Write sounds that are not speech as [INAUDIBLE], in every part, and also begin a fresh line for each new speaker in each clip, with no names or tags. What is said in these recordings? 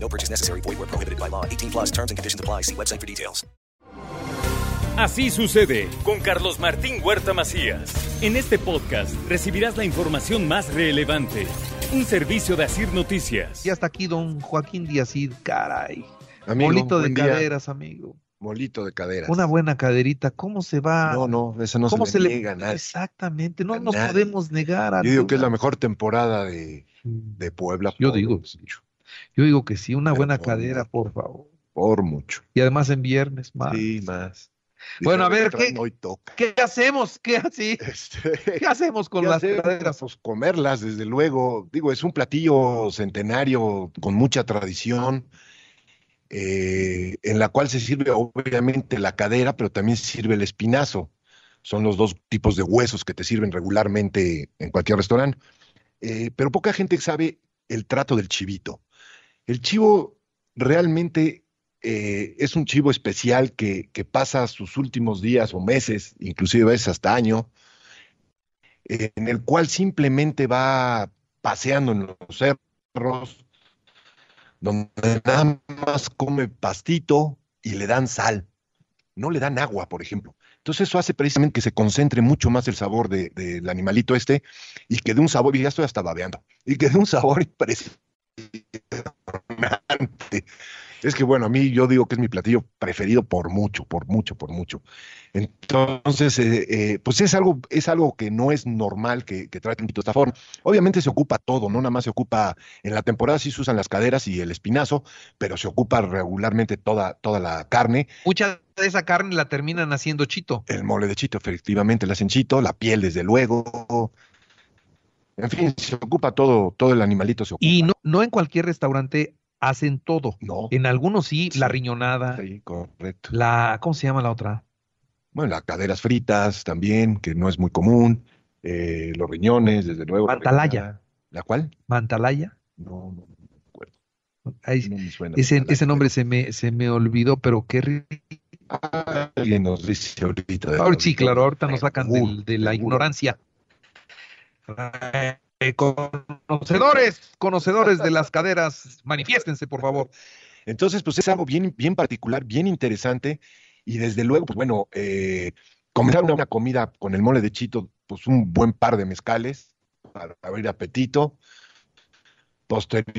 No purchase necessary. Void where prohibited by law. 18 plus terms and conditions apply. See website for details.
Así sucede con Carlos Martín Huerta Macías. En este podcast recibirás la información más relevante. Un servicio de Asir Noticias.
Y hasta aquí don Joaquín Díazid, caray.
Amigo,
Molito de
buen día.
caderas, amigo.
Molito de caderas.
Una buena caderita, ¿cómo se va?
No, no, esa no
¿Cómo
se, le niega a nadie.
Exactamente, no
A
nos
nadie.
podemos negar a
Yo digo que es la
nada.
mejor temporada de, de Puebla.
Mm. Yo
por
digo.
mucho,
Yo digo que sí, una
Pero
buena
por
cadera,
nada.
por favor.
Por mucho.
Y además en viernes, más.
Sí, más.
Bueno, a
Dijeron,
ver, ¿qué-
traen Hoy toca. [LAUGHS]
¿Qué hacemos? ¿Qué, así?
Este, [LAUGHS]
¿Qué hacemos con
¿qué
las
hacer?
caderas?
Pues comerlas, desde luego. Digo, es un platillo centenario con mucha tradición, eh, en la cual se sirve obviamente la cadera, pero también sirve el espinazo. Son los dos tipos de huesos que te sirven regularmente en cualquier restaurante. Eh, pero poca gente sabe el trato del chivito. El chivo realmente eh, es un chivo especial que, que pasa sus últimos días o meses, inclusive a veces hasta año, eh, en el cual simplemente va paseando en los cerros, donde nada más come pastito y le dan sal. No le dan agua, por ejemplo. Entonces eso hace precisamente que se concentre mucho más el sabor de- del animalito este y que de un sabor, y ya estoy hasta babeando, y que de un sabor [LAUGHS] impresionante. Es que bueno, a mí yo digo que es mi platillo preferido por mucho, por mucho, por mucho. Entonces, eh, eh, pues es algo, es algo que no es normal que, que traten de esta forma. Obviamente se ocupa todo, no nada más se ocupa, en la temporada sí se usan las caderas y el espinazo, pero se ocupa regularmente toda, toda la carne,
Mucha de esa carne la terminan haciendo chito.
el mole de chito, efectivamente, el hacen chito, la piel desde luego. En fin, se ocupa todo, todo el animalito se ocupa.
Y Eh, no, no en cualquier restaurante hacen todo.
No,
En algunos sí, la
Sí.
riñonada,
sí, correcto.
la, ¿cómo se llama la otra?
Bueno, las caderas fritas también, que no es muy común. eh, los riñones, desde luego. la
Mantalaya.
riñonada. ¿La cual?
Mantalaya.
No, no me acuerdo.
Ahí-
No me suena
ese,
Mantalaya.
ese nombre se me, se me olvidó, pero qué rico.
Alguien nos dice ahorita. de-
Ahora sí, claro, ahorita nos sacan
Seguro,
del- de la
seguro.
ignorancia. Eh, Conocedores, conocedores de las caderas, manifiéstense, por favor.
Entonces, pues es algo bien, bien particular, bien interesante. Y desde luego, pues bueno, eh, comenzar una, una comida con el mole de chito, pues un buen par de mezcales para abrir apetito.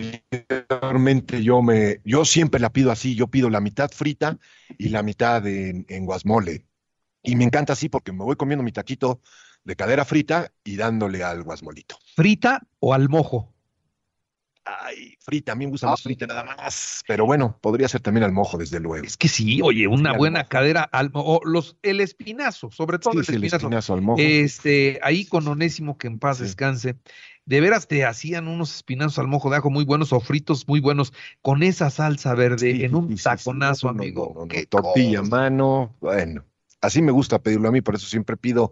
Posteriormente yo me, yo siempre la pido así, yo pido la mitad frita y la mitad en, en guasmole. Y me encanta así porque me voy comiendo mi taquito de cadera frita y dándole al guasmolito.
¿Frita o al mojo?
Ay, frita, a mí me gusta
Ah,
más frita nada más. Pero bueno, podría ser también al mojo, desde luego.
Es que sí, oye, una
al
buena
mojo.
cadera al mo- o los, el espinazo, sobre todo
Sí,
el,
sí, el
espinazo.
espinazo al mojo.
Este, ahí con Onésimo, que en paz
Sí.
descanse. De veras te hacían unos espinazos al mojo de ajo muy buenos o fritos muy buenos con esa salsa verde
Sí,
en un
sí, sí,
taconazo,
no, no,
amigo.
no, no, no,
Qué
Tortilla,
cosa.
mano. Bueno, así me gusta pedirlo a mí, por eso siempre pido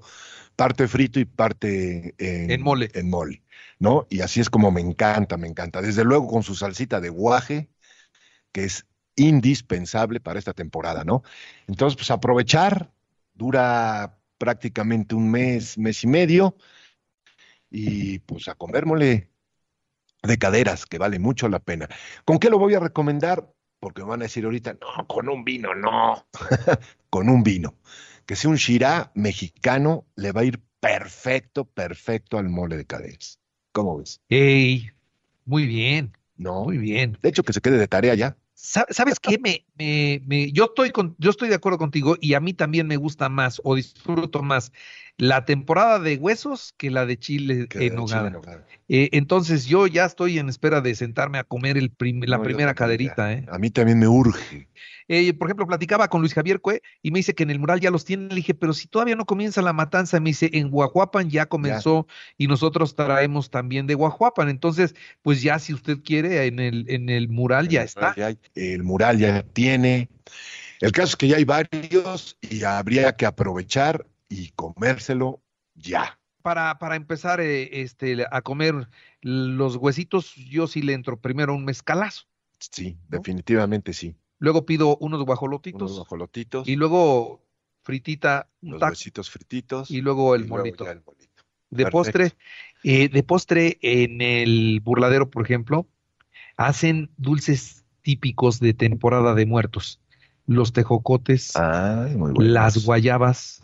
parte frito y parte en,
En mole.
En mole, ¿no? Y así es como me encanta, me encanta. Desde luego con su salsita de guaje, que es indispensable para esta temporada, ¿no? Entonces, pues aprovechar, dura prácticamente un mes, mes y medio, y pues a comer mole de caderas, que vale mucho la pena. ¿Con qué lo voy a recomendar? Porque me van a decir ahorita, no, con un vino, no, [LAUGHS] con un vino. Que sea un Shirá mexicano, le va a ir perfecto, perfecto al mole de caderas. ¿Cómo ves?
Ey, muy bien,
No,
muy bien.
de hecho que se quede de tarea ya.
Sa- ¿Sabes qué? Me, me- me- yo, estoy con- yo estoy de acuerdo contigo y a mí también me gusta más o disfruto más la temporada de huesos que la de chile
Que
en nogada.
chile en nogada.
Eh, entonces yo ya estoy en espera de sentarme a comer el prim- la
No, yo
primera
también ya.
caderita. ¿eh?
A mí también me urge.
Eh, por ejemplo, platicaba con Luis Javier Cue y me dice que en el mural ya los tienen. Le dije, pero si todavía no comienza la matanza, me dice, en Guajuapan ya comenzó y nosotros traemos también de Guajuapan. Entonces, pues ya si usted quiere, en el, en el mural ya
El
está.
mural ya- el mural ya tiene. El caso es que ya hay varios y habría que aprovechar y comérselo ya.
Para, para empezar eh, este, a comer los huesitos, yo sí le entro primero un mezcalazo.
Sí, definitivamente sí.
Luego pido unos guajolotitos
Unos guajolotitos,
y luego fritita, un
los
taco,
huesitos frititos
y luego el
y luego
molito.
ya el molito.
De
Perfecto.
postre, eh, de postre en el burladero, por ejemplo, hacen dulces típicos de temporada de muertos. Los tejocotes,
Ay, muy bueno.
las guayabas,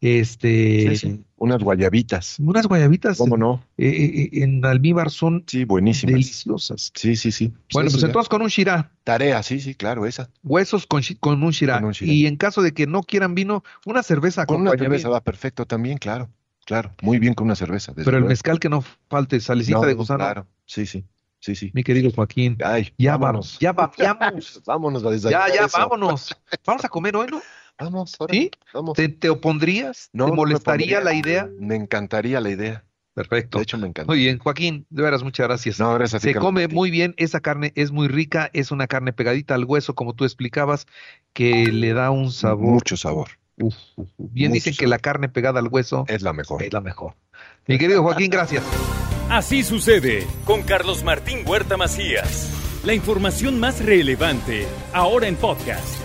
este,
Sí, sí. Eh, Unas guayabitas.
unas guayabitas
¿Cómo no?
eh, eh, eh, en almíbar son
Sí, buenísimas.
deliciosas.
Sí, sí, sí.
Bueno,
Sí,
pues
sí,
entonces con un shirá,
Tarea, sí, sí, claro, esa.
huesos con, shi- con un shirá.
Con un shirá.
Y en caso de que no quieran vino, una cerveza
Con una
acompaña
cerveza
bien.
va perfecto también, claro, claro. Muy bien con una cerveza. desde
Pero el
luego.
mezcal que no falte, salecita
No,
de gusano,
Claro, sí, sí, sí, sí.
mi querido Joaquín.
Ay,
Ya vamos,
vámonos.
ya va- ya vamos.
[LAUGHS] Vámonos a
Ya,
desayunar
ya,
eso.
vámonos. Vamos a comer hoy, ¿no?
Vamos, ahora.
¿Sí?
Vamos.
¿Te, te opondrías?
No,
¿Te
no me
molestaría
pondría.
la idea?
Me encantaría la idea.
Perfecto.
De hecho, me encanta.
Muy bien, Joaquín, de veras, muchas gracias.
No, gracias a ti,
Se
Carlos
come
Martín.
muy bien, esa carne es muy rica, es una carne pegadita al hueso, como tú explicabas, que le da un sabor.
Mucho sabor.
Uf, uf, uf. Bien
Mucho
dicen que
sabor.
la carne pegada al hueso
Es la mejor.
es la mejor. [LAUGHS] Mi querido Joaquín, gracias.
Así sucede con Carlos Martín Huerta Macías. La información más relevante ahora en podcast.